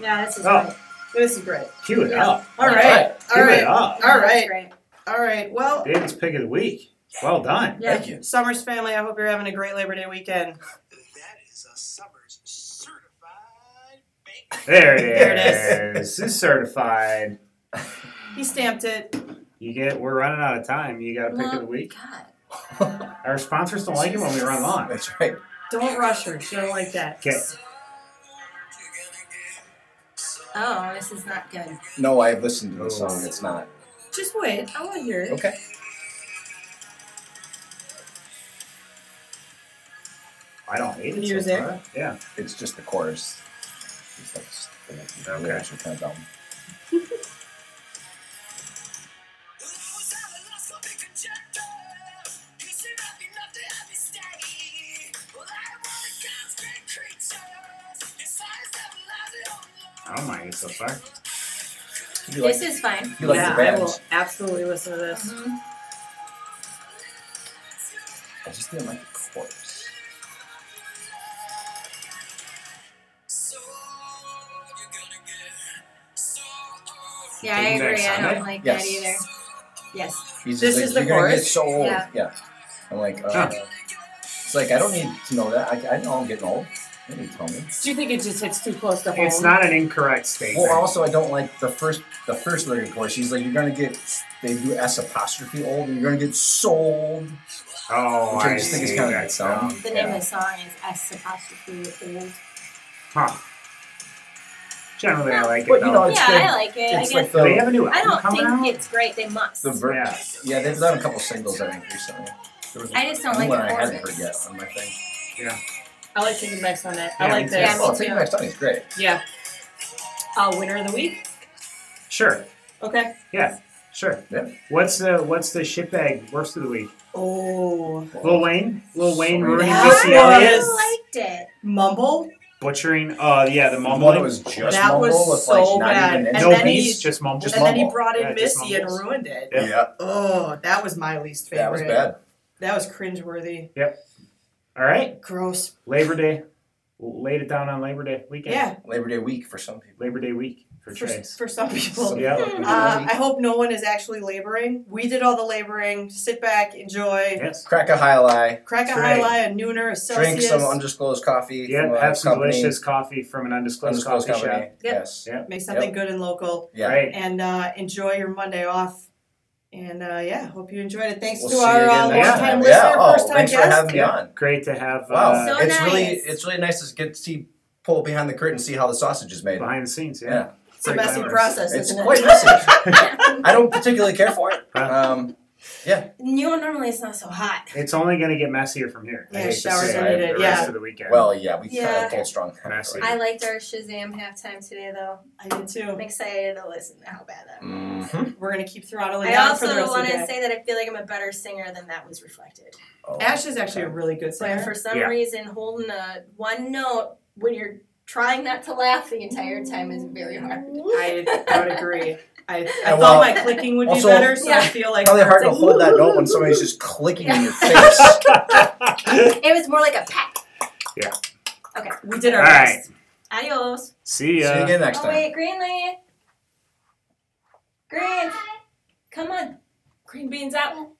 A: Yeah, this is
E: Oh.
A: great.
C: This is great.
E: Cue it up.
C: All right. All
E: Cue it
C: right.
E: up.
A: Yeah,
C: All
A: that's
C: right.
A: great.
C: All right. Well,
E: David's pick of the week. Well done.
A: Yeah.
B: Thank you.
C: Summers family, I hope you're having a great Labor Day weekend.
G: That is a Summers certified bank.
E: There it is.
C: There it
E: This is certified.
C: He stamped it.
E: You get. We're running out of time. You got a pick of the week.
A: Oh, God.
E: Our sponsors don't like it when we run long.
B: That's right.
C: Don't rush her. She don't like that.
E: Okay.
A: Oh, this is not good.
B: No, I've listened to
E: Oh.
B: the song. It's not.
C: Just wait. I want to hear it.
B: Okay.
E: I don't hate it.
C: Music.
E: So far. Yeah.
B: It's just the chorus. It's like just the
E: Okay.
B: lyrics are kind of dumb.
E: I don't mind it so far.
B: You like,
A: this is fine.
B: you like
C: yeah,
B: the
C: I
B: band.
C: will absolutely listen to this.
A: Mhm.
B: I just didn't like the chorus.
A: Yeah, I
E: Didn't that
A: agree. I
E: sound
A: don't
E: it?
A: like
B: Yes.
A: that either. Yes.
B: He's
C: This
B: just like,
C: is the
B: You're gonna get
C: chorus?
B: so old.
A: Yeah.
B: yeah. I'm like, uh,
E: Huh.
B: it's like I don't need to know that. I, I know I'm getting old. You don't need to tell me.
C: Do you think it just hits too close to home?
E: It's not an incorrect statement.
B: Well, also I don't like the first the first lyric of the chorus. She's like, you're gonna get they do s apostrophe old, and you're gonna get sold.
E: oh,
B: Which I
E: I
B: just think
E: see
B: is kind of
E: that
B: that song.
E: sound.
A: The name of the song is S apostrophe old.
E: Huh. Generally, I like it.
B: But, you
E: though.
B: know, Oh, it's
A: Yeah,
B: good.
A: I like it. I
B: It's
A: guess
B: like
E: Do they
B: the
E: have a new
A: I
E: album
A: don't
E: coming
A: think
E: out?
A: it's great. They must.
B: the ver-
E: Yeah.
B: yeah they've done a couple singles I think recently. There was
A: I just don't
B: one
A: like the
B: I hadn't
A: chorus.
B: heard yet on my thing.
C: I like taking back on it.
E: Yeah,
C: I like
E: me
C: this.
A: too.
B: oh, Take Me Back Sunday is great.
C: Yeah. Uh, winner of the week.
E: Sure,
C: Okay.
E: sure.
B: Yeah.
E: What's the What's the shitbag worst of the week?
C: Oh.
E: Lil Wayne, Lil
B: Sorry.
E: Wayne ruining
C: That
E: Missy
C: was-
E: Elliott,
A: I liked it.
C: Mumble.
E: butchering. Uh, yeah, the
B: The one that
E: mumbling.
B: was just
C: That
B: mumble
C: was
B: with
C: so
B: like not
C: bad.
B: even
C: And
E: no
C: then
E: beats,
C: he-
E: just mumble.
B: Just
C: and then he
B: mumble.
C: brought in
E: Yeah, just
C: Missy and
E: mumbles.
C: ruined it.
E: Yeah.
B: yeah,
C: Oh, that was my least favorite.
B: that was bad.
C: That was cringeworthy.
E: All right,
C: Gross.
E: Labor Day. Laid it down on Labor Day weekend.
C: Yeah.
B: Labor Day week for some people.
E: Labor Day week for
C: For,
E: Trace.
C: for some people.
B: Some
E: Yeah.
B: people, Labor Day
C: Uh,
B: week.
C: I hope no one is actually laboring. We did all the laboring. Sit back, enjoy.
E: Yes.
B: Crack a high lie.
C: Crack a
E: That's
C: high
E: right.
C: lie, a nooner, a
B: Drink
C: Celsius.
B: some undisclosed coffee. from
E: Yeah,
B: a
E: have some
B: company,
E: delicious coffee from an undisclosed,
B: undisclosed
E: coffee
B: company.
E: shop.
A: Yep.
B: Yes.
E: Yeah.
C: Make something good and local.
B: Yeah.
E: Right.
C: And uh, enjoy your Monday off. And uh, yeah, hope you enjoyed it. Thanks
B: We'll
C: to
B: see
C: our
B: you
C: uh,
B: again next
C: longtime
B: time.
C: listener,
B: Yeah. Oh,
C: first time
B: thanks for
C: guest.
B: having me on.
E: Great to have
B: Wow,
E: uh,
A: So
B: it's
A: nice.
B: really it's really nice to get to see pull behind the curtain and see how the sausage is made.
E: behind the scenes. Yeah.
B: Yeah.
C: It's a
E: Great
C: messy
E: hours.
C: process,
B: It's
C: isn't
B: quite
C: it?
B: messy. I don't particularly care for it.
E: Huh.
B: Um,
A: You know, normally it's not so hot.
E: It's only going to get messier from here.
C: Yeah,
E: I hate to
C: showers
E: say
B: are
E: it,
C: needed,
E: The
C: yeah.
E: rest of the weekend.
B: well, yeah, we kind
A: Yeah.
B: of pulled strong.
E: Messy.
A: I liked our Shazam halftime today, though.
C: I did
A: I'm
C: too.
A: excited to listen to how bad that was.
B: Mhm.
C: We're going to keep throttling
A: I
C: down for
A: also
C: the rest of
A: want
C: the
A: to
C: day.
A: say that I feel like I'm a better singer than that was reflected.
B: Oh.
C: Ash is actually a really good
A: But
C: singer.
A: for some
E: Yeah.
A: reason, holding a one note when you're trying not to laugh the entire time is very hard.
C: I, I would agree. I, I
B: And
C: thought
B: well,
C: my clicking would be
B: also-
C: better, so I
A: Yeah.
C: feel like
B: Probably hard to
C: it's like,
B: hold that note when somebody's just clicking in your face.
A: It was more like a peck.
C: we did our
E: All
C: best.
E: right.
A: Adios.
E: See
B: See you
E: ya.
B: again next
A: oh
B: time.
A: wait, Greenlee. Green, come on. Green beans out.